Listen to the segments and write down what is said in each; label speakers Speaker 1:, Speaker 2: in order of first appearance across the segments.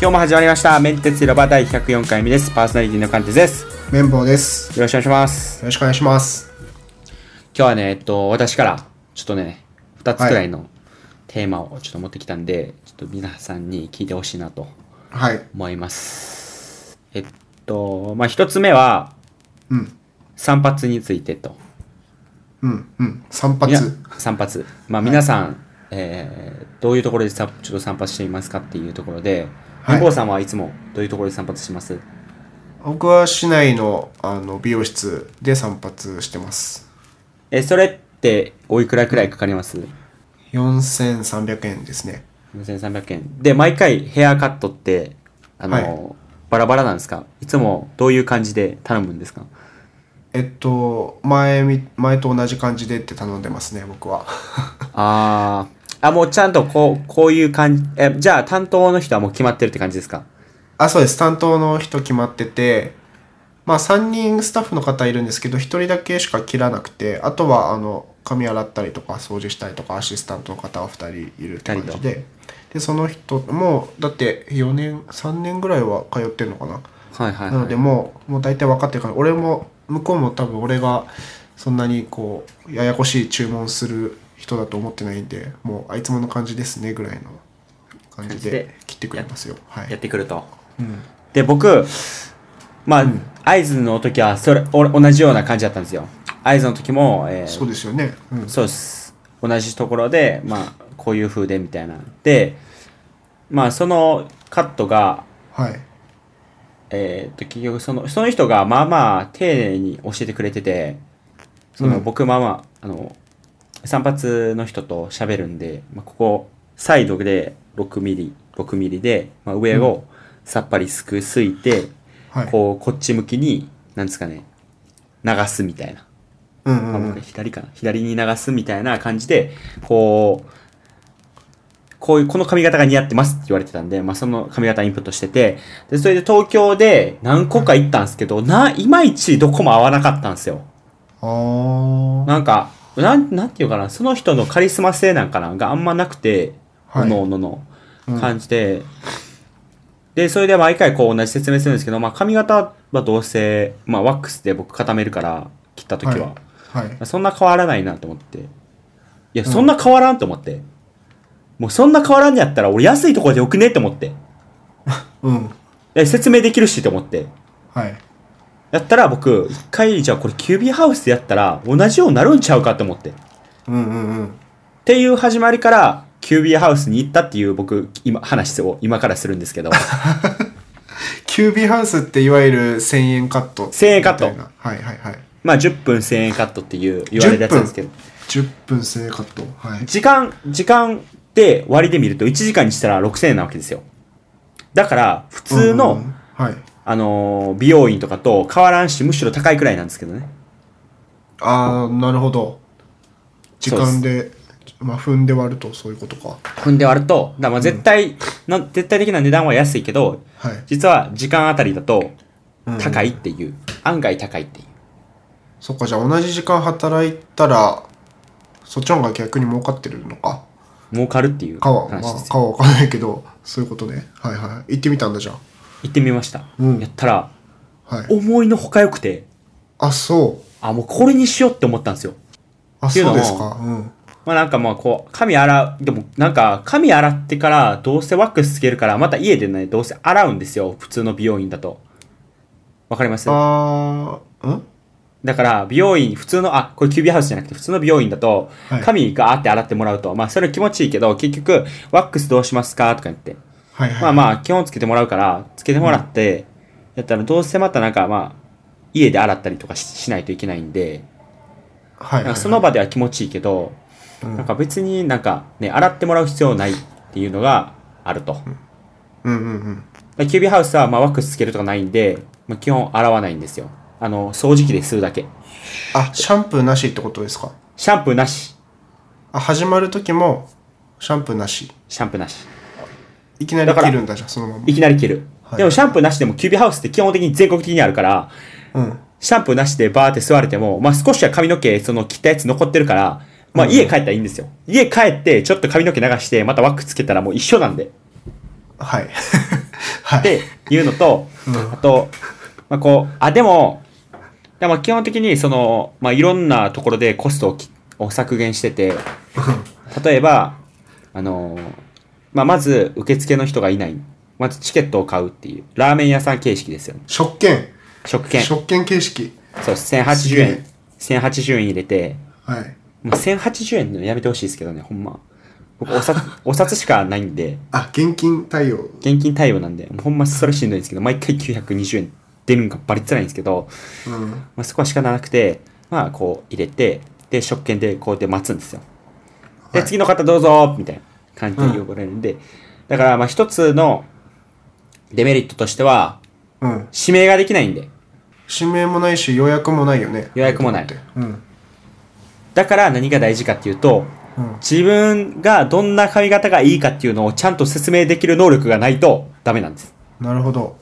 Speaker 1: 今日も始まりました。メンテツ広場第104回目です。パーソナリティの関鉄です。よ
Speaker 2: 綿棒です。よ
Speaker 1: ろしくお願いします。
Speaker 2: ろしくお願いします。
Speaker 1: 今日はね、えっと、私から、ちょっとね、2つくらいのテーマをちょっと持ってきたんで、ちょっと皆さんに聞いてほしいなと
Speaker 2: はい。
Speaker 1: 思います。えっと、まあ、1つ目は、
Speaker 2: うん。
Speaker 1: 散髪についてと。
Speaker 2: うん。うん。散
Speaker 1: み
Speaker 2: 髪。
Speaker 1: な散髪。まあ、皆さん、えーどういうところでさちょっと散髪していますかっていうところで、
Speaker 2: はい
Speaker 1: 向こうさんはいつもどういうところで散髪します
Speaker 2: 僕は市内のあの美容室で散髪してます。
Speaker 1: え、それって、おいくらくらいかかります
Speaker 2: 4300円ですね。
Speaker 1: ?4300 円。で、毎回ヘアカットって、あの、
Speaker 2: はい
Speaker 1: バラバラなんですかいつもどういう感じで頼むんですか
Speaker 2: えっと、前み、前と同じ感じでって頼んでますね、僕は。
Speaker 1: あー、あ、もうちゃんとこう、こういう感じ、え、じゃあ担当の人はもう決まってるって感じですか
Speaker 2: あ、そうです。担当の人決まってて、まあ3人スタッフの方いるんですけど、1人だけしか切らなくて、あとはあの、髪洗ったりとか掃除したりとか、アシスタントの方は2人いるって感じで、で、その人も、だって4年、3年ぐらいは通ってるのかな。
Speaker 1: はいはい、
Speaker 2: なの
Speaker 1: は
Speaker 2: で
Speaker 1: い。
Speaker 2: もう、もう大体分かってるから、俺も、向こうも多分俺が、そんなにこう、ややこしい注文する人だと思ってないんで、もう、あいつもの感じですね、ぐらいの感
Speaker 1: 感
Speaker 2: じ
Speaker 1: じで
Speaker 2: で切ってくれますよ。はい。
Speaker 1: やってくると。
Speaker 2: うん
Speaker 1: で、僕、まあ、合図の時は、それ、お同じような感じだったんですよ。合図の時も、えー
Speaker 2: そうですよね。うん。
Speaker 1: そうです。同じところで、まあ、こういう風で、みたいな。で、まあ、そのカットが、
Speaker 2: はい。
Speaker 1: えーっと、結局、その、その人が、まあまあ、丁寧に教えてくれてて、その、
Speaker 2: うん
Speaker 1: 僕、まあまあ、あの、散髪の人と喋るんで、まあ、ここ、サイドで6ミリ、6ミリで、まあ、上をさっぱりすくすいて、
Speaker 2: はい。
Speaker 1: こう、こっち向きに、なんですかね、流すみたいな。
Speaker 2: うんうん
Speaker 1: まあ
Speaker 2: うん
Speaker 1: 僕は左かな。左に流すみたいな感じで、こう、こういう、この髪型が似合ってますって言われてたんで、まあ、その髪型インプットしてて、で、それで東京で何個か行ったんですけど、な、いまいちどこも合わなかったんですよ。
Speaker 2: ああ。
Speaker 1: なんか、なん、なんていうかな、その人のカリスマ性なんかな、があんまなくて、
Speaker 2: はい
Speaker 1: おのおのの
Speaker 2: うん
Speaker 1: 感じで、で、それで毎回こう同じ説明するんですけど、まあ髪型はどうせ、まあワックスで僕固めるから、切った時は。ま
Speaker 2: はい。
Speaker 1: あそんな変わらないなと思って。いや、そんな変わらんと思って。もうそんな変わらんやったら俺安いところでよくねって思って。
Speaker 2: うん。
Speaker 1: で説明できるしと思って。
Speaker 2: はい。
Speaker 1: やったら僕、一回じゃあこれキュービーハウスでやったら同じようになるんちゃうかと思って。
Speaker 2: うんうんうん。
Speaker 1: っていう始まりから、キュービーハウスに行ったっていう僕、今、話を今からするんですけ ど、
Speaker 2: キュービーハウスっていわゆる1000円カット。
Speaker 1: 1000円カット
Speaker 2: みたいなはいはいはい。
Speaker 1: まあ10分1000円カットっていう言われるやつなんですけど、
Speaker 2: 10分1000円カット。はい。
Speaker 1: 時間、時間で割りで見ると1時間にしたら6000円なわけですよ。だから、普通の、
Speaker 2: うんうんうんはい。
Speaker 1: あのー美容院とかと変わらんし、むしろ高いくらいなんですけどね。
Speaker 2: ああ、なるほど。時
Speaker 1: そう
Speaker 2: 間で、まあ、踏んで割るとそういうことか。
Speaker 1: 踏んで割ると、だからまあ絶対、な、絶対的な値段は安いけど、
Speaker 2: はい。
Speaker 1: 実は時間あたりだと
Speaker 2: うんうん
Speaker 1: 高いっていう、案外高いっていう。
Speaker 2: そっか、じゃあ同じ時間働いたら、そっちの方が逆に儲かってるのか。
Speaker 1: 儲かるっていう
Speaker 2: かは、
Speaker 1: 話
Speaker 2: ま
Speaker 1: で
Speaker 2: あ
Speaker 1: すよ、
Speaker 2: かはわかんないけど、そういうことね。はいはい。行ってみたんだじゃあ。
Speaker 1: 行ってみました、
Speaker 2: うん
Speaker 1: やったら
Speaker 2: はい。
Speaker 1: 思いのほか良くて
Speaker 2: あ、そう。
Speaker 1: あもうこれにしようって思ったんですよ
Speaker 2: あ、
Speaker 1: っていう
Speaker 2: そ
Speaker 1: の
Speaker 2: う
Speaker 1: も
Speaker 2: ですか。うん。
Speaker 1: まあなんかまあこう髪洗うでもなんか髪洗ってからどうせワックスつけるからまた家でねどうせ洗うんですよ普通の美容院だとわかります
Speaker 2: あー、ん
Speaker 1: だから美容院普通のあこれキュービーハウスじゃなくて普通の美容院だと
Speaker 2: はい
Speaker 1: 髪ガーって洗ってもらうと、まあそれ気持ちいいけど結局ワックスどうしますかとか言って
Speaker 2: はいはい。
Speaker 1: まあまあ、基本つけてもらうから、つけてもらって、やったらどうせまたなんかまあ、家で洗ったりとかししないといけないんで、
Speaker 2: はいはい
Speaker 1: なん
Speaker 2: はい
Speaker 1: かその場では気持ちいいけど、
Speaker 2: うん
Speaker 1: なんか別になんかね、洗ってもらう必要ないっていうのがあると。
Speaker 2: うんうんうん。
Speaker 1: でキュービーハウスはまあワックスつけるとかないんで、まあ、基本洗わないんですよ。あの、掃除機でするだけ。
Speaker 2: あ、シャンプーなしってことですか。
Speaker 1: シャンプーなし。
Speaker 2: あ、始まる時も、シャンプーなし。
Speaker 1: シャンプーなし。
Speaker 2: いきな
Speaker 1: だ
Speaker 2: り
Speaker 1: から
Speaker 2: 切るんだじゃん、そのまま。
Speaker 1: いきなり切る。
Speaker 2: はい
Speaker 1: でもシャンプーなしでもキュービーハウスって基本的に全国的にあるから、
Speaker 2: うん。
Speaker 1: シャンプーなしでバーって座れても、まあ、少しは髪の毛、その切ったやつ残ってるから、まあ、
Speaker 2: うん
Speaker 1: 家帰ったらいいんですよ。家帰って、ちょっと髪の毛流して、またワックスつけたらもう一緒なんで。
Speaker 2: はい。 はい
Speaker 1: っていうのと、あと、まあ、こう、あ、でも、でも基本的にその、まあ、いろんなところでコストをきを削減してて、例えば、あの、まあ、まず受付の人がいない。まずチケットを買うっていう、ラーメン屋さん形式ですよね。
Speaker 2: 食券
Speaker 1: 食券。そう
Speaker 2: 食券形式
Speaker 1: です、
Speaker 2: す
Speaker 1: 1080
Speaker 2: げ
Speaker 1: 円
Speaker 2: え。
Speaker 1: 1080円入れて、
Speaker 2: はい
Speaker 1: まあ、1080円のやめてほしいですけどね、ほんま。僕、お 札、お札しかないんで、
Speaker 2: あ現金対応
Speaker 1: 現金対応なんで、もうほんまそれしんどいんですけど、毎回920円出るんがバリ辛いんですけど、
Speaker 2: うん
Speaker 1: まあ、そこは仕方なくて、まあ、こう入れて、で、食券でこうやって待つんですよ。で、
Speaker 2: はい
Speaker 1: 次の方どうぞみたいな感じで呼ばれるんで、だから、まあ、一つのデメリットとしては、
Speaker 2: うん
Speaker 1: 指名ができないんで、
Speaker 2: 指名もないし予約もないよね
Speaker 1: 予約もない。
Speaker 2: うん
Speaker 1: だから何が大事かっていうと、
Speaker 2: うん
Speaker 1: 自分がどんな髪型がいいかっていうのをちゃんと説明できる能力がないとダメなんです。
Speaker 2: なるほど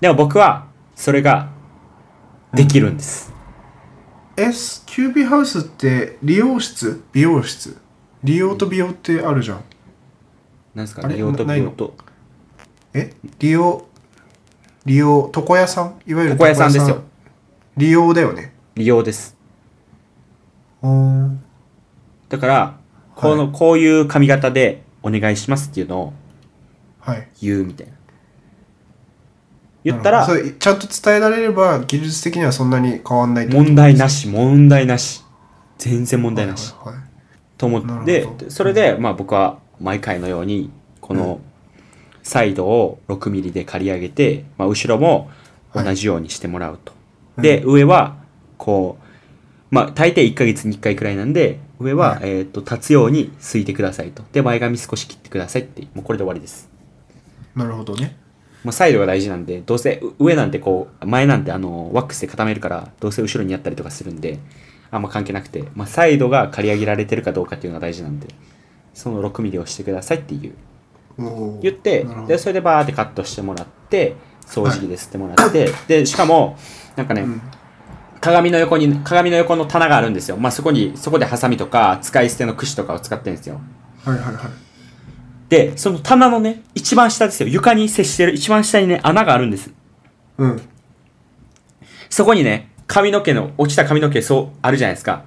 Speaker 1: でも僕は、それができるんです。
Speaker 2: えすキュービーハウスって理容室美容室利用と美容ってあるじゃん
Speaker 1: なんですか
Speaker 2: あれ
Speaker 1: 利用と
Speaker 2: な
Speaker 1: 美容と
Speaker 2: え利用利用床屋さんいわゆる
Speaker 1: 床屋さんですよ
Speaker 2: 利用だよね
Speaker 1: 利用です
Speaker 2: うーん
Speaker 1: だからこの、こういう髪型でお願いしますっていうのを
Speaker 2: はい
Speaker 1: 言うみたいな言ったら
Speaker 2: なるほどそれちゃんと伝えられれば技術的にはそんなに変わんないと
Speaker 1: 問題なし問題なし全然問題なし
Speaker 2: はいはいはい
Speaker 1: と
Speaker 2: なる
Speaker 1: 思っ
Speaker 2: ほ
Speaker 1: て
Speaker 2: ど
Speaker 1: でそれでまあ僕は毎回のようにこのサイドを6ミリで刈り上げて、まあ、後ろも同じようにしてもらうと、
Speaker 2: はい
Speaker 1: で上はこうまあ大抵1ヶ月に1回くらいなんで上は、
Speaker 2: は
Speaker 1: えー、と立つようにすいてくださいとで前髪少し切ってくださいってもうこれで終わりです
Speaker 2: なるほどね
Speaker 1: まあ、サイドが大事なんで、どうせう上なんてこう、前なんてあの、ワックスで固めるから、どうせ後ろにやったりとかするんで、あんま関係なくて、まあ、サイドが刈り上げられてるかどうかっていうのが大事なんで、その6ミリをしてくださいっていう、
Speaker 2: おー
Speaker 1: 言って
Speaker 2: なる、ほど
Speaker 1: で、それでバーってカットしてもらって、掃除機で吸ってもらって、で、しかも、なんかね、
Speaker 2: うん
Speaker 1: 鏡の横に、鏡の横の棚があるんですよ。まあ、そこに、そこでハサミとか、使い捨ての櫛とかを使ってるんですよ。
Speaker 2: はいはいはい
Speaker 1: で、その棚のね、一番下ですよ。床に接してる一番下にね、穴があるんです。
Speaker 2: うん
Speaker 1: そこにね、髪の毛の、落ちた髪の毛、そう、あるじゃないですか。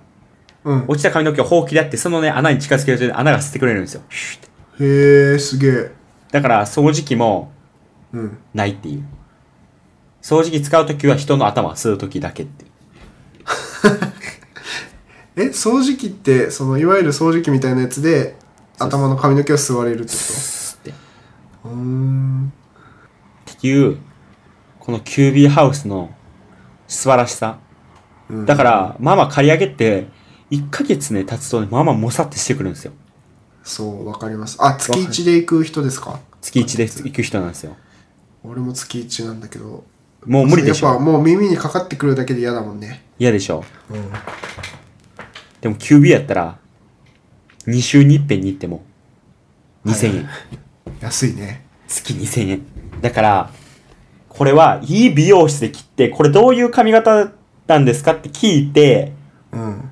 Speaker 2: うん
Speaker 1: 落ちた髪の毛をほうきでやって、そのね、穴に近づけると穴が吸ってくれるんですよ。シュッて
Speaker 2: へえすげえ
Speaker 1: だから、掃除機も
Speaker 2: うん
Speaker 1: ないっていう。掃除機使うときは人の頭を吸うときだけっていう。
Speaker 2: え掃除機ってそのいわゆる掃除機みたいなやつで頭の髪の毛を吸われるってこ
Speaker 1: スーって。っ
Speaker 2: とうーん
Speaker 1: ていう、このキュービーハウスの素晴らしさ。
Speaker 2: うん
Speaker 1: だから、ママ刈り上げって、1ヶ月ね、経つとね、ママもさってしてくるんですよ。
Speaker 2: そうわかりますあ月一で行く人ですか
Speaker 1: 月1で行く人なんですよ。
Speaker 2: 俺も月一なんだけど
Speaker 1: もう無理でし
Speaker 2: やっぱ
Speaker 1: ょ。
Speaker 2: もう耳にかかってくるだけで嫌だもんね
Speaker 1: 嫌でしょ。
Speaker 2: うん
Speaker 1: でも QB やったら、2週に1遍に行っても、2000円。
Speaker 2: 安いね
Speaker 1: 月2000円。だから、これはいい美容室で切って、これどういう髪型なんですかって聞いて、
Speaker 2: うん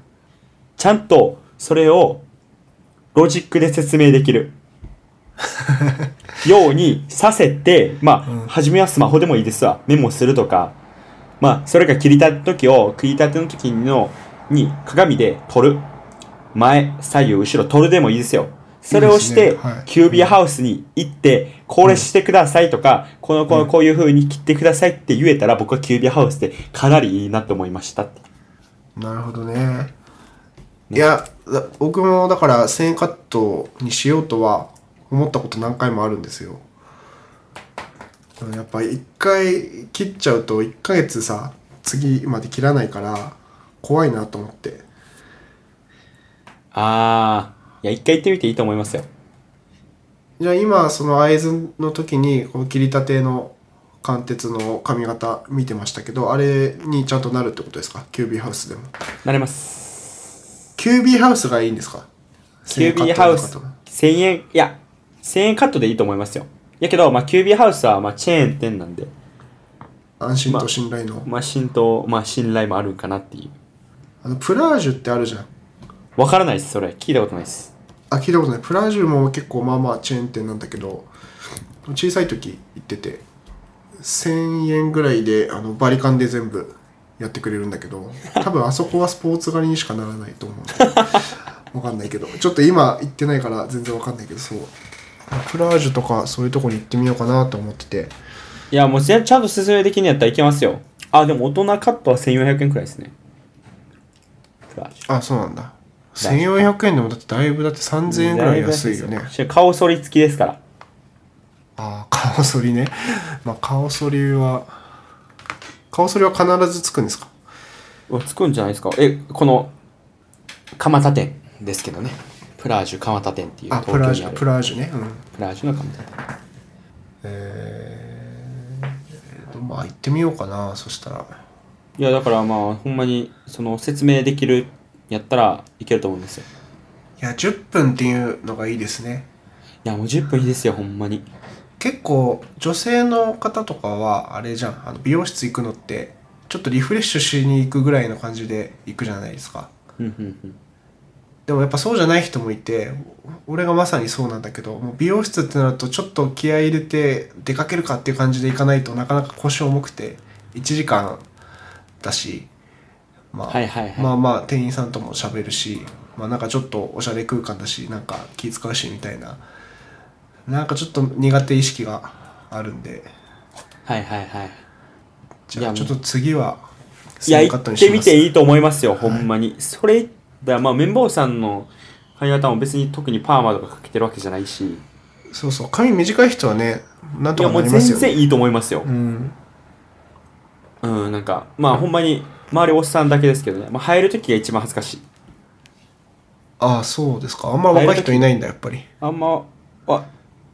Speaker 1: ちゃんとそれをロジックで説明でき る。ようにさせて、まあ、
Speaker 2: うん
Speaker 1: 初めはスマホでもいいですわ。メモするとか。まあ、それか切りたての時を、切りたての時の、に鏡で撮る。前、左右、後ろ撮るでもいいですよ。それをして、
Speaker 2: いいですねはい
Speaker 1: キュービーハウスに行って、これしてくださいとか、この、この、こういう風に切ってくださいって言えたら、僕はキュービーハウスでかなりいいなと思いましたって。
Speaker 2: なるほどねいやだ僕もだから1000円カットにしようとは思ったこと何回もあるんですよでもやっぱ1回切っちゃうと1ヶ月さ次まで切らないから怖いなと思って
Speaker 1: あー、いや、一回行ってみていいと思いますよ。
Speaker 2: じゃあ今その会津の時にこの切りたての貫徹の髪型見てましたけどあれにちゃんとなるってことですかキュービーハウスでも
Speaker 1: なれます。
Speaker 2: キュービーハウスがいいんですか
Speaker 1: キュービーハウス
Speaker 2: 1000円カットの方、
Speaker 1: 1000円、いや、1000円カットでいいと思いますよ。やけど、まあ、キュービーハウスは、まあ、チェーン店なんで、
Speaker 2: 安心と信頼の、
Speaker 1: まあ、浸透、まあ、信頼もあるんかなってい
Speaker 2: あのプラージュってあるじゃん
Speaker 1: う。わからないです、それ。聞いたことないです。
Speaker 2: あ聞いたことないプラジウムも結構まあまあチェーン店なんだけど小さい時行ってて1000円ぐらいであのバリカンで全部やってくれるんだけど多分あそこはスポーツ狩りにしかならないと思うんでわかんないけどちょっと今行ってないから全然わかんないけどそうプラージュとかそういうとこに行ってみようかなと思ってて
Speaker 1: いや、もうちゃんと説明できんやったらいけますよ。あ、でも大人カットは1400円くらいですね。プラージュ
Speaker 2: あそうなんだ
Speaker 1: ラージ
Speaker 2: 1400円でもだってだいぶだって3000円ぐらい安いよね
Speaker 1: しかも顔剃り付きですから。
Speaker 2: ああ顔剃りねまあ顔剃りは顔剃りは必ずつくんですか
Speaker 1: うわつくんじゃないですか。え、この、蒲田店ですけどね。プラージュ蒲田店っていう
Speaker 2: あ
Speaker 1: 東京
Speaker 2: プ
Speaker 1: にあ
Speaker 2: ラー
Speaker 1: る
Speaker 2: ジュプラージュねうん
Speaker 1: プラージュの蒲田店。
Speaker 2: まあ行ってみようかなそしたら
Speaker 1: いや、だからまあ、ほんまに、その、説明できるやったらいけると思うんですよ。
Speaker 2: いや10分っていうのがいいですね
Speaker 1: いや、もう10分いいですよ、ほんまに。
Speaker 2: 結構女性の方とかはあれじゃんあの美容室行くのってちょっとリフレッシュしに行くぐらいの感じで行くじゃないですか
Speaker 1: うんうんうん。
Speaker 2: でもやっぱそうじゃない人もいてお俺がまさにそうなんだけどもう美容室ってなるとちょっと気合い入れて出かけるかっていう感じで行かないとなかなか腰重くて1時間だし、まあ
Speaker 1: はいはいはい
Speaker 2: まあまあ店員さんとも喋るし、まあ、なんかちょっとおしゃれ空間だしなんか気使うしみたいななんかちょっと苦手意識があるんで
Speaker 1: はいはいはい。
Speaker 2: じゃ
Speaker 1: い
Speaker 2: あ
Speaker 1: や
Speaker 2: ちょっと次はい
Speaker 1: や、
Speaker 2: スリー
Speaker 1: 行
Speaker 2: カッ
Speaker 1: っ
Speaker 2: トにしてま
Speaker 1: み
Speaker 2: す
Speaker 1: ていいと思いますよ、ほんまに。それ、だまあ、綿棒さんの髪型も別に特にパーマとかかけてるわけじゃないし、い
Speaker 2: そうそう髪短い人はねなんと
Speaker 1: や、
Speaker 2: か
Speaker 1: も
Speaker 2: な
Speaker 1: う
Speaker 2: りま
Speaker 1: 全
Speaker 2: すよね
Speaker 1: 然いいと思いますよ
Speaker 2: う。ん
Speaker 1: うん、なんか、まあ、ほんまに、周りおっさんだけですけどね、まあ、入るときが一番恥ずかしい。
Speaker 2: ああそうですかあんま若い人いないんだやっぱり
Speaker 1: あんま、あ、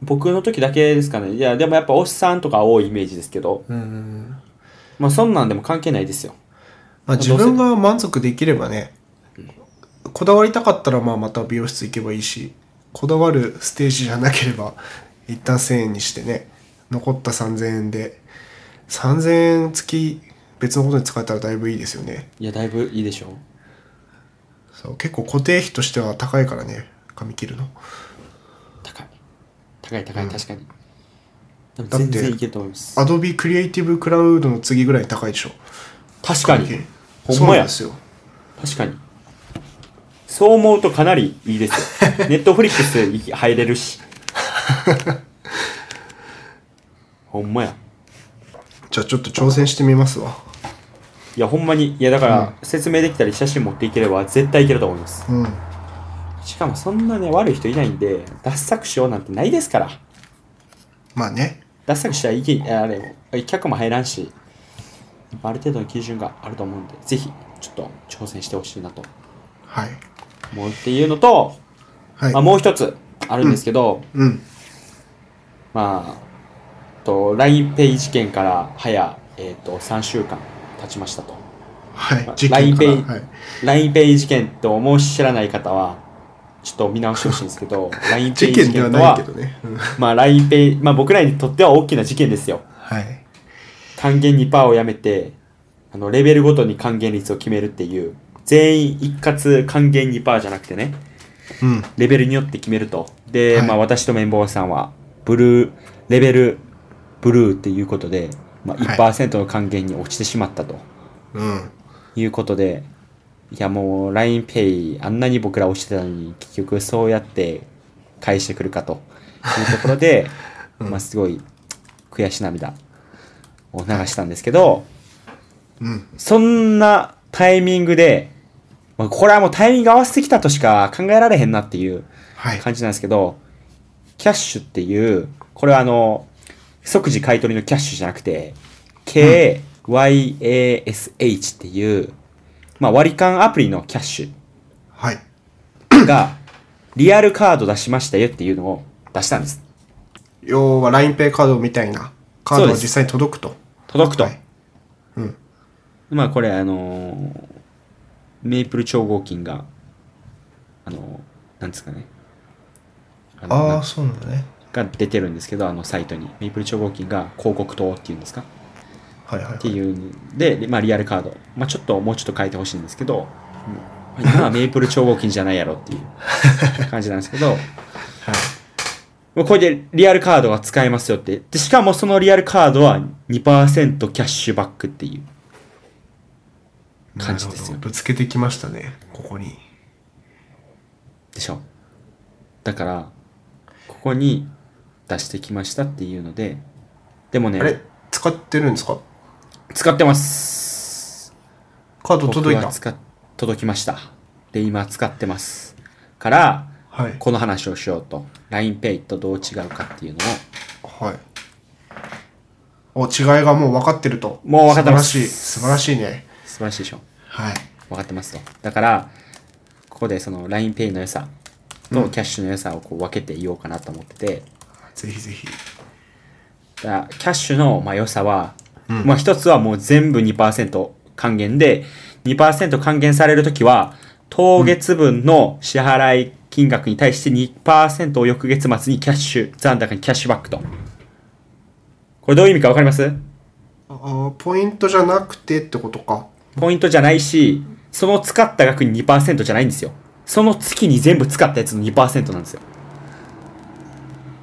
Speaker 1: 僕の時だけですかね。いや、でもやっぱおっさんとか多いイメージですけど、
Speaker 2: うん
Speaker 1: まあ、そんなんでも関係ないですよ。
Speaker 2: まあ自分が満足できればねこだわりたかったらまあまた美容室行けばいいしこだわるステージじゃなければ 一旦1000円にしてね残った3000円で3000円付き別のことに使えたらだいぶいいですよね
Speaker 1: いや、だいぶいいでしょう。
Speaker 2: そう結構固定費としては高いからね髪切るの
Speaker 1: 高い。高い高い、確かに。でも
Speaker 2: だって
Speaker 1: 全然いけると思います。
Speaker 2: Adobe Creative Cloud の次ぐらい高いでしょ
Speaker 1: 確かに
Speaker 2: 髪切り。
Speaker 1: ほん
Speaker 2: そう
Speaker 1: ま
Speaker 2: なん
Speaker 1: や
Speaker 2: で。すよ
Speaker 1: 確かにそう思うとかなりいいです よネットフリックス入れる しほんまや
Speaker 2: じゃあちょっと挑戦してみますわ
Speaker 1: いやほんまにいやだから説明できたり写真持っていければ絶対いけると思います
Speaker 2: うん
Speaker 1: しかもそんなね悪い人いないんで脱作しようなんてないですから
Speaker 2: まあね
Speaker 1: 脱作したらいけあれ客も入らんしある程度の基準があると思うんでぜひちょっと挑戦してほしいなと
Speaker 2: はい
Speaker 1: 思うっていうのと、
Speaker 2: はい
Speaker 1: まあ、もう一つあるんですけど、
Speaker 2: うん
Speaker 1: まあ、と LINEPay 事件から早、えー、と3週間経ちましたと。
Speaker 2: はい
Speaker 1: まあ
Speaker 2: 実験からはい
Speaker 1: LINEPay 事件ともし知らない方は、ちょっと見直してほしいんですけど、LINEPay
Speaker 2: 事
Speaker 1: 事
Speaker 2: 件では
Speaker 1: 件と
Speaker 2: ない
Speaker 1: は
Speaker 2: け、どね、うん
Speaker 1: まあ、LINEPay、まあ、僕らにとっては大きな事件ですよ。
Speaker 2: はい
Speaker 1: 還元2%をやめて、あのレベルごとに還元率を決めるっていう、全員一括還元2%じゃなくてね、
Speaker 2: うん
Speaker 1: レベルによって決めると。で、
Speaker 2: はい
Speaker 1: まあ私と綿棒さんは、ブルー、レベル、ブルーっていうことで、まあ
Speaker 2: はい
Speaker 1: 1%の還元に落ちてしまったと
Speaker 2: うん
Speaker 1: いうことで、い、やもう LINEPay あんなに僕ら落ちてたのに、結局そうやって返してくるかというところで、まあすごい悔し涙を流したんですけど、
Speaker 2: うん
Speaker 1: そんなタイミングで、まあこれはもうタイミング合わせてきたとしか考えられへんなっていう、
Speaker 2: はい
Speaker 1: 感じなんですけど、キャッシュっていう、これはあの、即時買い取りのキャッシュじゃなくて、KYASH っていう、まあ割り勘アプリのキャッシ
Speaker 2: はい
Speaker 1: ュ が、リアルカード出しましたよっていうのを出したんです。
Speaker 2: 要は LINEPay カードみたいなカー
Speaker 1: そ
Speaker 2: ド
Speaker 1: う
Speaker 2: が
Speaker 1: です
Speaker 2: 実際に届くと
Speaker 1: 届くと。
Speaker 2: はいうん
Speaker 1: まあこれあのーメイプル超合金が、あのーなんですかね。あの
Speaker 2: あ
Speaker 1: な
Speaker 2: あそうなんだね
Speaker 1: が出てるんですけど、あのサイトに。メイプル超合金が広告塔っていうんですか
Speaker 2: はいはい
Speaker 1: っていうので、でまあ、リアルカード、まあ、ちょっともうちょっと変えてほしいんですけど、うんま今はメイプル超合金じゃないやろっていう 感じなんですけど、
Speaker 2: はい。
Speaker 1: もうこれでリアルカードが使えますよって。で、しかもそのリアルカードは2%キャッシュバックっていう。感じですよ
Speaker 2: なるほどぶつけてきましたね、ここに。
Speaker 1: でしょだからここに出してきましたっていうのででも
Speaker 2: あれ
Speaker 1: ね
Speaker 2: 使ってるんですか
Speaker 1: 使ってます
Speaker 2: カード届い
Speaker 1: 僕
Speaker 2: た
Speaker 1: は。使っ届きましたで今使ってますから
Speaker 2: はい。
Speaker 1: この話をしようと LINEPay とどう違うかっていうのを
Speaker 2: はい。お、違いがもう分かってると。
Speaker 1: もう分かってます
Speaker 2: 素晴らしい。素晴らしいね。
Speaker 1: 素晴らしいでしょ
Speaker 2: はい。
Speaker 1: 分かってますとだからここでその LINEPay の良さ
Speaker 2: う
Speaker 1: と
Speaker 2: ん
Speaker 1: キャッシュの良さをこう分けていようかなと思ってて、
Speaker 2: ぜひぜひ。
Speaker 1: だからキャッシュのまあ良さは、
Speaker 2: うん
Speaker 1: まあ一つはもう全部2%還元で、2%還元されるときは、当月分の支払い金額に対して2%を翌月末にキャッシュ、残高にキャッシュバックと。これどういう意味かわかります
Speaker 2: ああ、ポイントじゃなくてってことか。
Speaker 1: ポイントじゃないし、その使った額に2%じゃないんですよ。その月に全部使ったやつの2%なんですよ。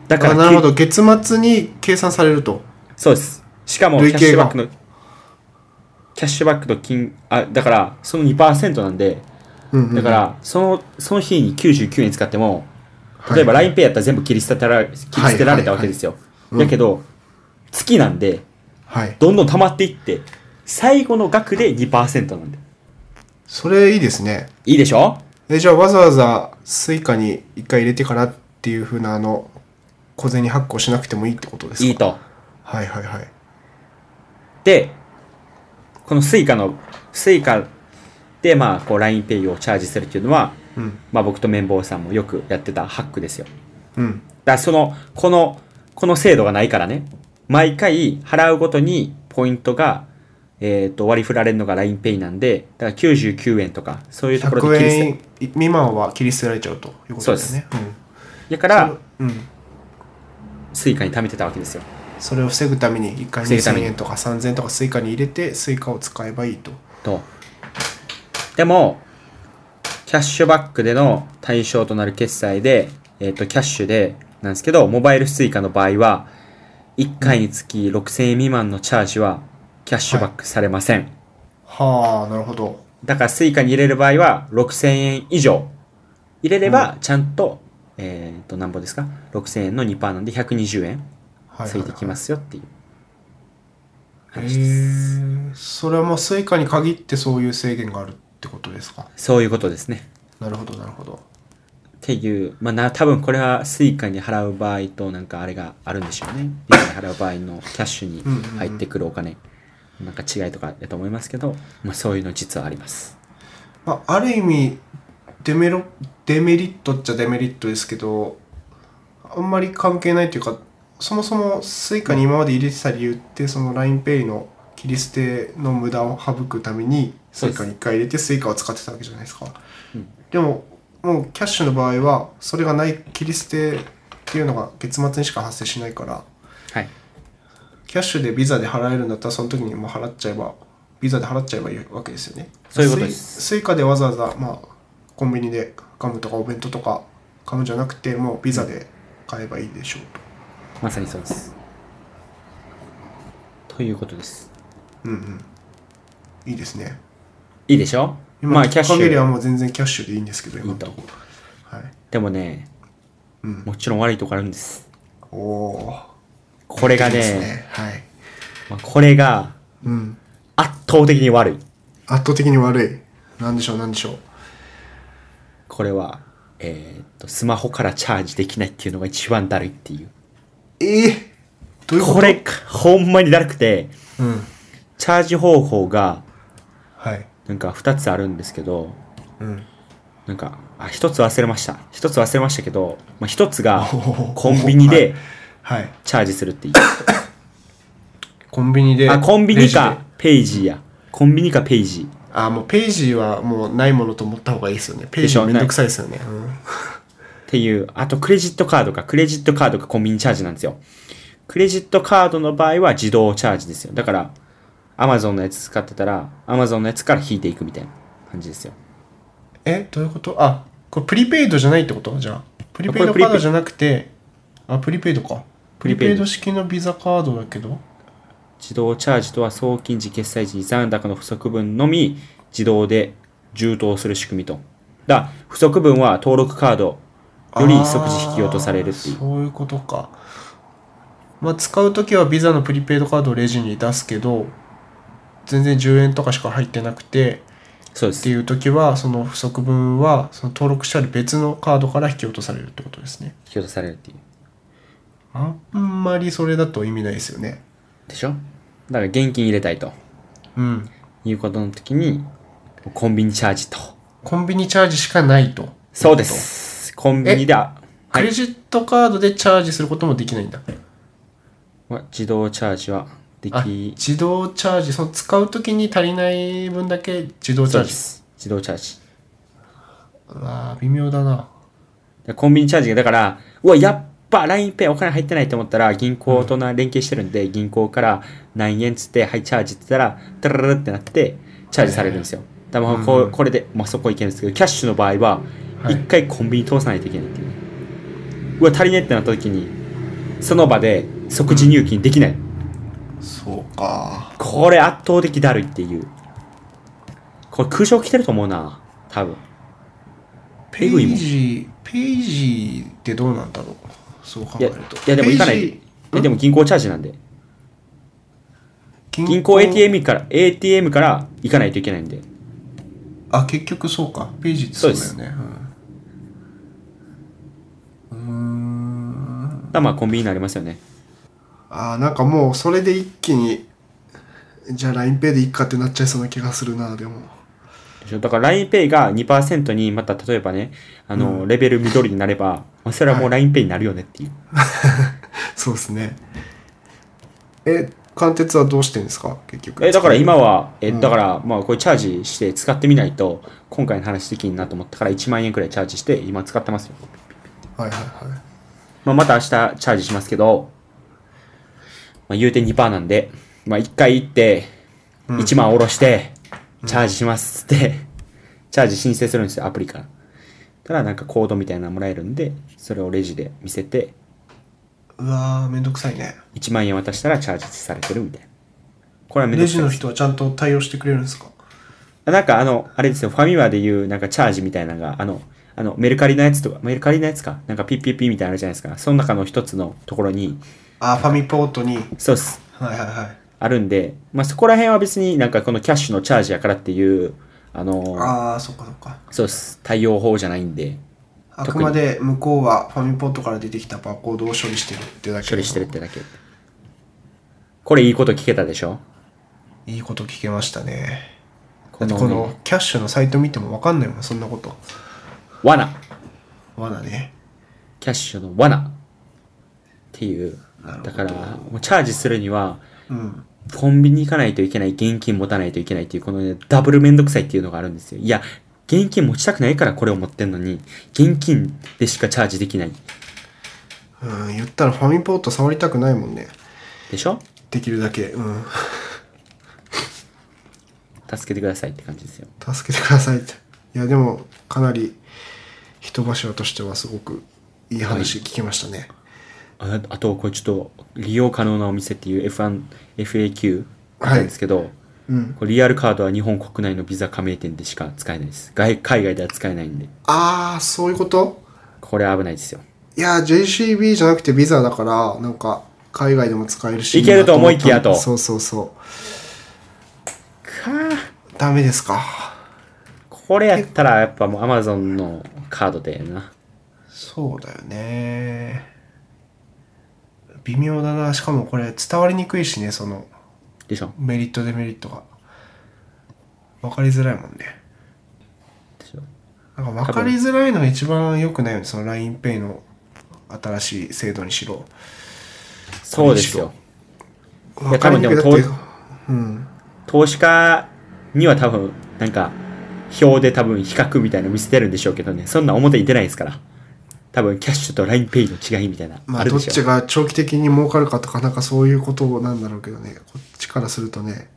Speaker 1: だから
Speaker 2: あ、なるほど。月末に計算されると。
Speaker 1: そうです。しかも、キャ
Speaker 2: 累
Speaker 1: ッシ
Speaker 2: 計
Speaker 1: ュ
Speaker 2: が
Speaker 1: バックの、キャッシュバックの金、あ、だから、その2%なんで、
Speaker 2: うん、うん。
Speaker 1: だから、その、その日に99円使っても、
Speaker 2: はい、
Speaker 1: 例えば LINEPay やったら全部切り捨てられ、切り捨てられたわけですよ。
Speaker 2: はいはい
Speaker 1: だけど、月なんで、
Speaker 2: はい。
Speaker 1: どんどん溜まっていって、最後の額で2%なんで。
Speaker 2: それいいですね。
Speaker 1: いいでしょ
Speaker 2: え、じゃあわざわざスイカに一回入れてからっていうふうな、あの、小銭発行しなくてもいいってことですか
Speaker 1: いい。と。
Speaker 2: はいはいはい。
Speaker 1: で、この Suica の、Suica で、まあ、こう LINEPay をチャージするっていうのは、
Speaker 2: うん。
Speaker 1: まあ僕と綿棒さんもよくやってたハックですよ。
Speaker 2: うん。
Speaker 1: だからその、この、この制度がないからね、毎回払うごとにポイントが、えっ、と、割り振られるのが LINEPay なんで、だから99円とか、そういうところ
Speaker 2: 100
Speaker 1: で切り捨て。
Speaker 2: 円未満は切り捨てられちゃうということですね。うん
Speaker 1: だから、
Speaker 2: うん、
Speaker 1: スイカに貯めてたわけですよ。
Speaker 2: それを防ぐために1回
Speaker 1: 防ぐため
Speaker 2: 2000
Speaker 1: に
Speaker 2: 円とか3000円とかスイカに入れてスイカを使えばいいと
Speaker 1: と。でも、キャッシュバックでの対象となる決済で、えっ、と、キャッシュで、なんですけど、モバイルスイカの場合は、1回につき6000円未満のチャージは、キャッシュバックされません。
Speaker 2: はあなるほど
Speaker 1: だからスイカに入れる場合は6000円以上入れればちゃんと、えっ、となんぼですか6000円の2%なんで120円
Speaker 2: はい
Speaker 1: ついてきますよっていう
Speaker 2: へ
Speaker 1: 話です、
Speaker 2: えそれはもうスイカに限ってそういう制限があるってことですか
Speaker 1: そういうことですね
Speaker 2: なるほどなるほど
Speaker 1: っていうまあな多分これはスイカに払う場合となんかあれがあるんでしょうねリアルに払う場合のキャッシュに
Speaker 2: うんうんうん
Speaker 1: 入ってくるお金なんか違いとかだと思いますけど、まあ、そういうの実はあります
Speaker 2: まあ、ある意味デメロデメリットっちゃデメリットですけどあんまり関係ないというかそもそも Suica に今まで入れてた理由ってその LINEPay の切り捨ての無駄を省くために
Speaker 1: そうです
Speaker 2: Suica に1回入れて Suica を使ってたわけじゃないですか、
Speaker 1: うん
Speaker 2: でももうキャッシュの場合はそれがない切り捨てっていうのが月末にしか発生しないから
Speaker 1: はい
Speaker 2: キャッシュでビザで払えるんだったらその時にもう払っちゃえばビザで払っちゃえばいいわけですよね
Speaker 1: そういうことです
Speaker 2: スイスイカでわざわざ、まあ、コンビニでガムとかお弁当とか買うんじゃなくてもうビザで買えばいいでしょうと
Speaker 1: まさにそうですということです
Speaker 2: うんうんいいですね
Speaker 1: いいでしょ
Speaker 2: 今、
Speaker 1: まあキャッシ
Speaker 2: 限りは
Speaker 1: ュ。
Speaker 2: もう全然キャッシュでいいんですけど今
Speaker 1: いい
Speaker 2: の
Speaker 1: と
Speaker 2: ところはい
Speaker 1: でもね、
Speaker 2: うん
Speaker 1: もちろん悪いとこあるんです。
Speaker 2: おお
Speaker 1: これがね、
Speaker 2: はい
Speaker 1: まあ、これが
Speaker 2: うん
Speaker 1: 圧倒的に悪い。
Speaker 2: 圧倒的に悪いなんでしょうなんでしょう
Speaker 1: これは、えーっと、スマホからチャージできないっていうのが一番だるいっていう。
Speaker 2: ええどういうこと
Speaker 1: これ、ほんまにだるくて、
Speaker 2: うん
Speaker 1: チャージ方法が、
Speaker 2: はい
Speaker 1: なんか2つあるんですけど、
Speaker 2: うん
Speaker 1: なんか、あ、1つ忘れました。1つ忘れましたけど、まあ、1つが
Speaker 2: おー
Speaker 1: コンビニで
Speaker 2: はい
Speaker 1: チャージするっていう。
Speaker 2: コンビニで
Speaker 1: あ、コンビニ
Speaker 2: レジ
Speaker 1: か
Speaker 2: で
Speaker 1: ペイジーや。コンビニかペイジー。
Speaker 2: あもうページはもうないものと思った方がいいですよねページ
Speaker 1: でしょ
Speaker 2: めんどくさいですよね、うん
Speaker 1: っていう、あとクレジットカードか、クレジットカードかコンビニチャージなんですよ。クレジットカードの場合は自動チャージですよ。だから、Amazon のやつ使ってたら、Amazon のやつから引いていくみたいな感じですよ。
Speaker 2: えどういうことあこれプリペイドじゃないってことじゃあプリペイドカードじゃなくてあプリペイドかプ
Speaker 1: プ
Speaker 2: リ
Speaker 1: リ
Speaker 2: ペ
Speaker 1: ペ
Speaker 2: イ
Speaker 1: イ
Speaker 2: ド
Speaker 1: ド
Speaker 2: 式のビザカードだけど
Speaker 1: 自動チャージとは送金時、決済時に残高の不足分のみ自動で充当する仕組みと。だ、不足分は登録カードより即時引き落とされるってい
Speaker 2: あー
Speaker 1: う。
Speaker 2: そういうことかまあ使う時はビザのプリペイドカードをレジに出すけど全然10円とかしか入ってなくて
Speaker 1: そうで
Speaker 2: って
Speaker 1: す。
Speaker 2: いう時はその不足分はその登録してある別のカードから引き落とされるってことですね
Speaker 1: 引き落とされるっていう。
Speaker 2: あんまりそれだと意味ないですよね
Speaker 1: でしょだから現金入れたいと
Speaker 2: うん
Speaker 1: いうことの時に、コンビニチャージと。
Speaker 2: コンビニチャージしかないと
Speaker 1: そうです。コンビニで、あ
Speaker 2: クレジットカードでチャージすることもできないんだ
Speaker 1: は自動チャージはで
Speaker 2: あ
Speaker 1: き、
Speaker 2: 自動チャージその使う時に足りない分だけ自動チ
Speaker 1: そ
Speaker 2: ャー
Speaker 1: うで
Speaker 2: ジ
Speaker 1: す。自動チャージ。
Speaker 2: うわー微妙だな
Speaker 1: でコンビニチャージが、だから、うわ、やっぱ LINEPay お金入ってないと思ったら、銀行とな連携してるんで、銀行から何円つって、はい、チャージって言ったら、ダラララってなって、チャージされるんですよ。だからまあこうこれで、まあ、そこいけるんですけど、キャッシュの場合は、
Speaker 2: はい
Speaker 1: 一回コンビニ通さないといけないっていうね。うわ、足りねえってなった時に、その場で即時入金できない。
Speaker 2: そうか
Speaker 1: これ圧倒的だるいっていう。これ空想来てると思うな。多分。
Speaker 2: ペ
Speaker 1: えぐいも
Speaker 2: ー
Speaker 1: ん
Speaker 2: ジページってどうなんだろうそう考
Speaker 1: い
Speaker 2: え
Speaker 1: や、い
Speaker 2: ると
Speaker 1: やでも行かな
Speaker 2: ペ
Speaker 1: いで
Speaker 2: ージ。
Speaker 1: えでも銀行チャージなんで。
Speaker 2: 銀
Speaker 1: 銀行 ATM から、ATM から行かないといけないんで。
Speaker 2: あ結局そうかページってそうだよねうんうーん
Speaker 1: だまあコンビニになりますよね。
Speaker 2: あーなんかもうそれで一気にじゃあ LINEPay でいっかってなっちゃいそうな気がするなでも
Speaker 1: でしょだから LINEPay が2%にまた例えばね、あの、レベル緑になれば、まあそれはもう LINEPay になるよねっていう。
Speaker 2: そうですねえ貫徹はどうしてんですか結局
Speaker 1: え、だから今
Speaker 2: は
Speaker 1: は、え、だからまあこれチャージして使ってみないと、今回の話できんなと思ったから1万円くらいチャージして、今使ってますよ。
Speaker 2: はいはいはい
Speaker 1: まあ、また明日チャージしますけど、まあ、言うて2%なんで、まあ、1回行って、1万下ろして、チャージしますっつって、チャージ申請するんですよ、アプリから。たらなんかコードみたいなのもらえるんで、それをレジで見せて、
Speaker 2: うわーめんどくさいね
Speaker 1: 1万円渡したらチャージされてるみたいな。これはめんど
Speaker 2: レ
Speaker 1: く
Speaker 2: ジ
Speaker 1: さい
Speaker 2: の
Speaker 1: です。
Speaker 2: 人はちゃんと対応してくれるんですか
Speaker 1: なんかあの、あれですよ、ファミマでいうなんかチャージみたいなのが、あの、あの、メルカリのやつとか、メルカリのやつか、なんかピッピッピッみたいなのあるじゃないですか。その中の一つのところに、
Speaker 2: あーファミポートに
Speaker 1: そうっす。
Speaker 2: はいはいはい
Speaker 1: あるんで、まあ、そこら辺は別になんかこのキャッシュのチャージやからっていう、あの、
Speaker 2: ああそっかそっか
Speaker 1: そうっす、対応法じゃないんで、
Speaker 2: あく
Speaker 1: 特に
Speaker 2: まで向こうはファミポートから出てきたバーコードを処理してるってだけ
Speaker 1: 処理してるってだけ。これいいこと聞けたでしょ
Speaker 2: いいこと聞けましたね
Speaker 1: こ
Speaker 2: だって
Speaker 1: の
Speaker 2: このキャッシュのサイト見ても分かんないもんそんなこと
Speaker 1: 罠。
Speaker 2: 罠ね
Speaker 1: キャッシュの罠。っていう
Speaker 2: なるほ。
Speaker 1: だ
Speaker 2: ど
Speaker 1: から、もうチャージするには、
Speaker 2: うん
Speaker 1: コンビニ行かないといけない、現金持たないといけないっていう、このね、ダブルめんどくさいっていうのがあるんですよ。いや、現金持ちたくないからこれを持ってんのに、現金でしかチャージできない。
Speaker 2: うん言ったらファミポート触りたくないもんね
Speaker 1: でしょ
Speaker 2: できるだけうん
Speaker 1: 助けてくださいって感じですよ。
Speaker 2: 助けてくださいっていやでもかなり人柱としてはすごくいい話聞きましたね、
Speaker 1: ああと、これちょっと、利用可能なお店っていう F1、FAQ
Speaker 2: はい
Speaker 1: なんですけど、
Speaker 2: うん
Speaker 1: これリアルカードは日本国内のビザ加盟店でしか使えないです。外海外では使えないんで、
Speaker 2: ああそういうこと
Speaker 1: これ危ないですよ。
Speaker 2: いや JCB じゃなくてビザだからなんか海外でも使えるし
Speaker 1: いけると思いきやと
Speaker 2: そうそうそ
Speaker 1: か
Speaker 2: うダメですか
Speaker 1: これやったら、やっぱもう Amazon のカードでな。
Speaker 2: そうだよね微妙だなしかもこれ伝わりにくいしねその
Speaker 1: でしょ
Speaker 2: メリットデメリットが分かりづらいもんね
Speaker 1: でしょ
Speaker 2: なんか分かりづらいのが一番良くないよねその LINEPay の新しい制度にしろ
Speaker 1: そうですよ。い
Speaker 2: 分
Speaker 1: や
Speaker 2: かりにくいだっ
Speaker 1: 多分
Speaker 2: て
Speaker 1: でも
Speaker 2: うん
Speaker 1: 投資家には多分、なんか、表で多分比較みたいなの見せてるんでしょうけどね、そんな表に出ないですから。多分、キャッシュと LINEPay の違いみたいな、
Speaker 2: まあ、
Speaker 1: ある
Speaker 2: ど
Speaker 1: で
Speaker 2: っ
Speaker 1: しょう
Speaker 2: ちが長期的に儲かるかとか、なんかそういうことなんだろうけどね、こっちからするとね、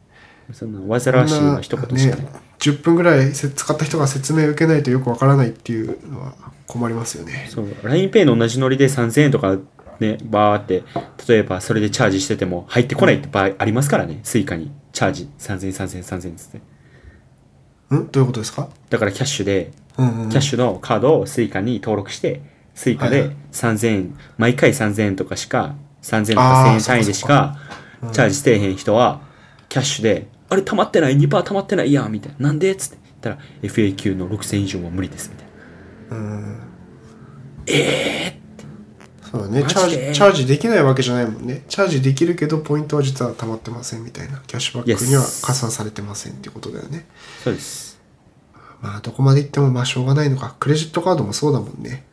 Speaker 1: そんな煩わしいの一言しか、
Speaker 2: ね、10分ぐらいせ使った人が説明受けないとよくわからないっていうのは困りますよね。
Speaker 1: そう LINEPay の同じノリで3000円とかねバーって例えばそれでチャージしてても入ってこないって場合ありますからね Suica にチャージ3000円3000円3000円っつって
Speaker 2: んどういうことですか
Speaker 1: だからキャッシュで
Speaker 2: うんうん。
Speaker 1: キャッシュのカードを Suica に登録して、Suica
Speaker 2: はい
Speaker 1: で
Speaker 2: はい
Speaker 1: 3000円、毎回3000円とかしか、3000円とか
Speaker 2: あ
Speaker 1: 1000
Speaker 2: ー
Speaker 1: 円単位でしかチャージせえへん人は、キャッシュで、あれ溜まってない ?2% 溜まってないやんみたいな。なんでつって言ったら、FAQ の6000以上は無理です。みたいな。
Speaker 2: うん。えそうだね
Speaker 1: マ
Speaker 2: チ
Speaker 1: ジ
Speaker 2: ャー
Speaker 1: で
Speaker 2: ジ。チャージできないわけじゃないもんね。チャージできるけど、ポイントは実は溜まってませんみたいな。キャッシュバックには
Speaker 1: Yes
Speaker 2: 加算されてませんっていうことだよね。
Speaker 1: そうです。
Speaker 2: まあ、どこまで行ってもまあしょうがないのか。クレジットカードもそうだもんね。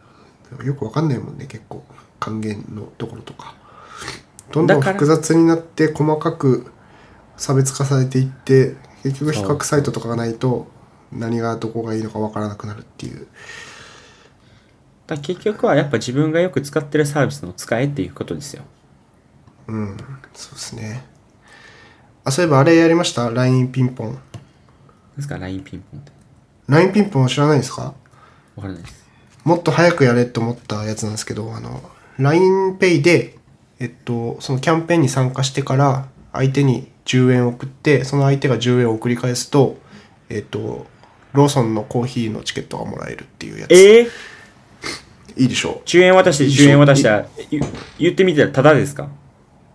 Speaker 2: よくわかんないもんね、結構。還元のところとか。どんどん
Speaker 1: だから
Speaker 2: 複雑になって、細かく差別化されていって、結局比較サイトとかがないと、何がどこがいいのかわからなくなるっていう。
Speaker 1: だから結局はやっぱ自分がよく使ってるサービスの使えっていうことですよ。
Speaker 2: うん、そうですね。あ、そういえばあれやりました ?LINE ピンポン。
Speaker 1: ですから LINE ピンポンって。
Speaker 2: LINE ピンポンは知らないですか
Speaker 1: わからないです。
Speaker 2: もっと早くやれと思ったやつなんですけど、あの、LINEPay で、えっと、そのキャンペーンに参加してから、相手に10円送って、その相手が10円を送り返すと、えっと、ローソンのコーヒーのチケットがもらえるっていうやつ。
Speaker 1: えー、
Speaker 2: いいでしょう
Speaker 1: ?10 円渡して10円渡したら、い言ってみたらタダですか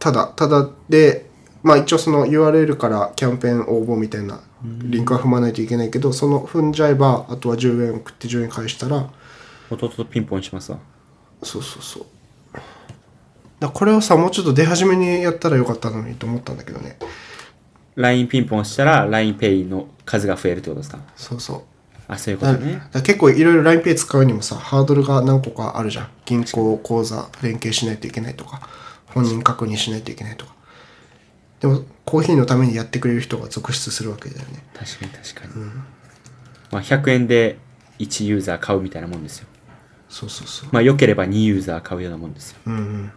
Speaker 2: ただただでまあ一応その URL からキャンペーン応募みたいなリンクは踏まないといけないけどその踏んじゃえばあとは10円送って10円返したら
Speaker 1: 弟とピンポンしますわ。
Speaker 2: そうそうそうだからこれをさもうちょっと出始めにやったらよかったのにと思ったんだけどね
Speaker 1: LINE ピンポンしたら LINEPay の数が増えるってことですか
Speaker 2: そうそう
Speaker 1: あそういうこ
Speaker 2: だ
Speaker 1: と
Speaker 2: だか
Speaker 1: ね
Speaker 2: ら結構いろいろ LINEPay 使うにもさハードルが何個かあるじゃん銀行口座連携しないといけないとか本人確認しないといけないとかでもコーヒーのためにやってくれる人が続出するわけだよね
Speaker 1: 確かに確かに、まあ、100円で1ユーザー買うみたいなもんですよ
Speaker 2: そうそうそう
Speaker 1: まあ良ければ2ユーザー買うようなもんですよ
Speaker 2: うんうん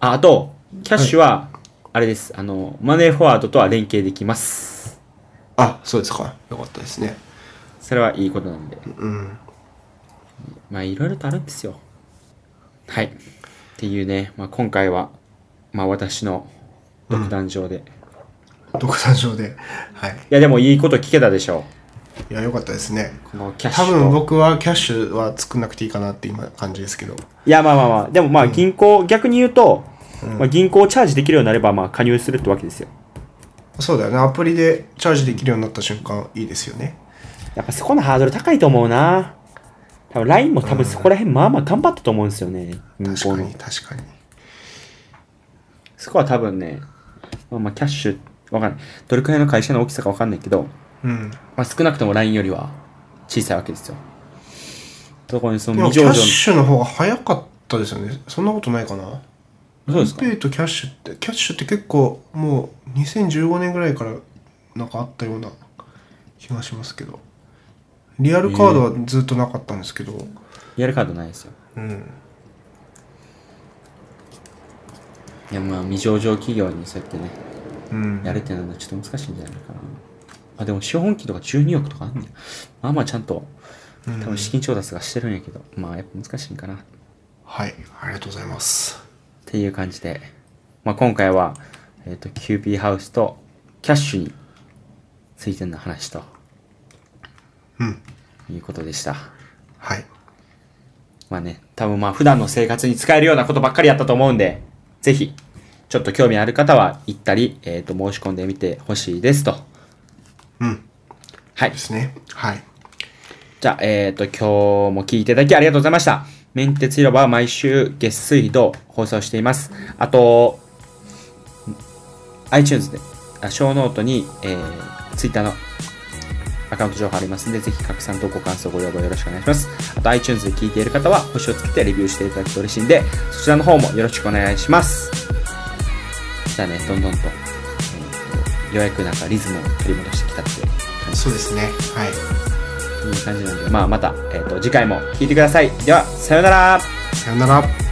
Speaker 1: ああとキャッシュはあれです、あのマネーフォワードとは連携できます
Speaker 2: あそうですかよかったですね
Speaker 1: それはいいことなんで
Speaker 2: うん
Speaker 1: まあいろいろとあるんですよはいっていうね、まあ、今回は、まあ、私の独壇場で、い
Speaker 2: 独壇場ではい
Speaker 1: やでもいいこと聞けたでしょ
Speaker 2: いやよかったですね
Speaker 1: うこのキャッシ
Speaker 2: 多
Speaker 1: ュと
Speaker 2: 分僕はキャッシュは作んなくていいかなって今感じですけど
Speaker 1: いや、まあまあまあ、でもまあ銀行、逆に言うと、まあ、銀行をチャージできるようになれば、まあ加入するってわけですよ。
Speaker 2: そうだよねアプリでチャージできるようになった瞬間いいですよね
Speaker 1: やっぱそこのハードル高いと思うな。多分 LINE も多分そこら辺、まあまあ頑張ったと思うんですよね。銀
Speaker 2: 確
Speaker 1: 行
Speaker 2: か
Speaker 1: の
Speaker 2: に。確かに
Speaker 1: そこは多分ね、まあまあキャッシュ、わかんない。どれくらいの会社の大きさかわかんないけど、
Speaker 2: うん
Speaker 1: まあ少なくとも LINE よりは小さいわけですよ。そこにそ
Speaker 2: で
Speaker 1: の
Speaker 2: も
Speaker 1: 未
Speaker 2: キ
Speaker 1: 上場
Speaker 2: ャッ
Speaker 1: の。
Speaker 2: シュの方が早かったですよねそんなことないかな
Speaker 1: そうですか
Speaker 2: ペイとキャッシュってキャッシュって結構もう2015年ぐらいからなんかあったような気がしますけどリアルカードはずっとなかったんですけど、
Speaker 1: やるカードないですよ。
Speaker 2: うん
Speaker 1: いやまあ未上場企業にそうやってね、
Speaker 2: うん
Speaker 1: やるってのはちょっと難しいんじゃないかな。あ、でも資本金とか12億とかあんねん。まあまあちゃんと、多分資金調達がしてるんやけど、まあやっぱ難しいんかな。っ
Speaker 2: はい、ありがとうございます。
Speaker 1: ていう感じで、まあ今回は、えっ、と、キューピーハウスとキャッシュについての話と
Speaker 2: うん、
Speaker 1: いうことでした。
Speaker 2: はい。
Speaker 1: まあね、多分まあ普段の生活に使えるようなことばっかりやったと思うんで、ぜひ、ちょっと興味ある方は行ったり、えっ、と、申し込んでみてほしいですと。
Speaker 2: うん、
Speaker 1: はい
Speaker 2: で。すね。はい。
Speaker 1: じゃあ、えっ、と、今日も聞いていただきありがとうございました。メンテツ広場は毎週月水土放送しています。あと、ん iTunes で、あショーノートに、えー、Twitter のアカウント情報ありますので、ぜひ拡散とご感想、ご要望よろしくお願いします。あと、iTunes で聞いている方は、星をつけてレビューしていただくと嬉しいんで、そちらの方もよろしくお願いします。じゃあね、どんどんと、えーとようやくなんかリズムを取り戻してきたっていう感じです
Speaker 2: そうですね。はい。
Speaker 1: いい感じなんで、まあ、また、えっ、と、次回も聞いてください。では、さようなら。
Speaker 2: さよなら。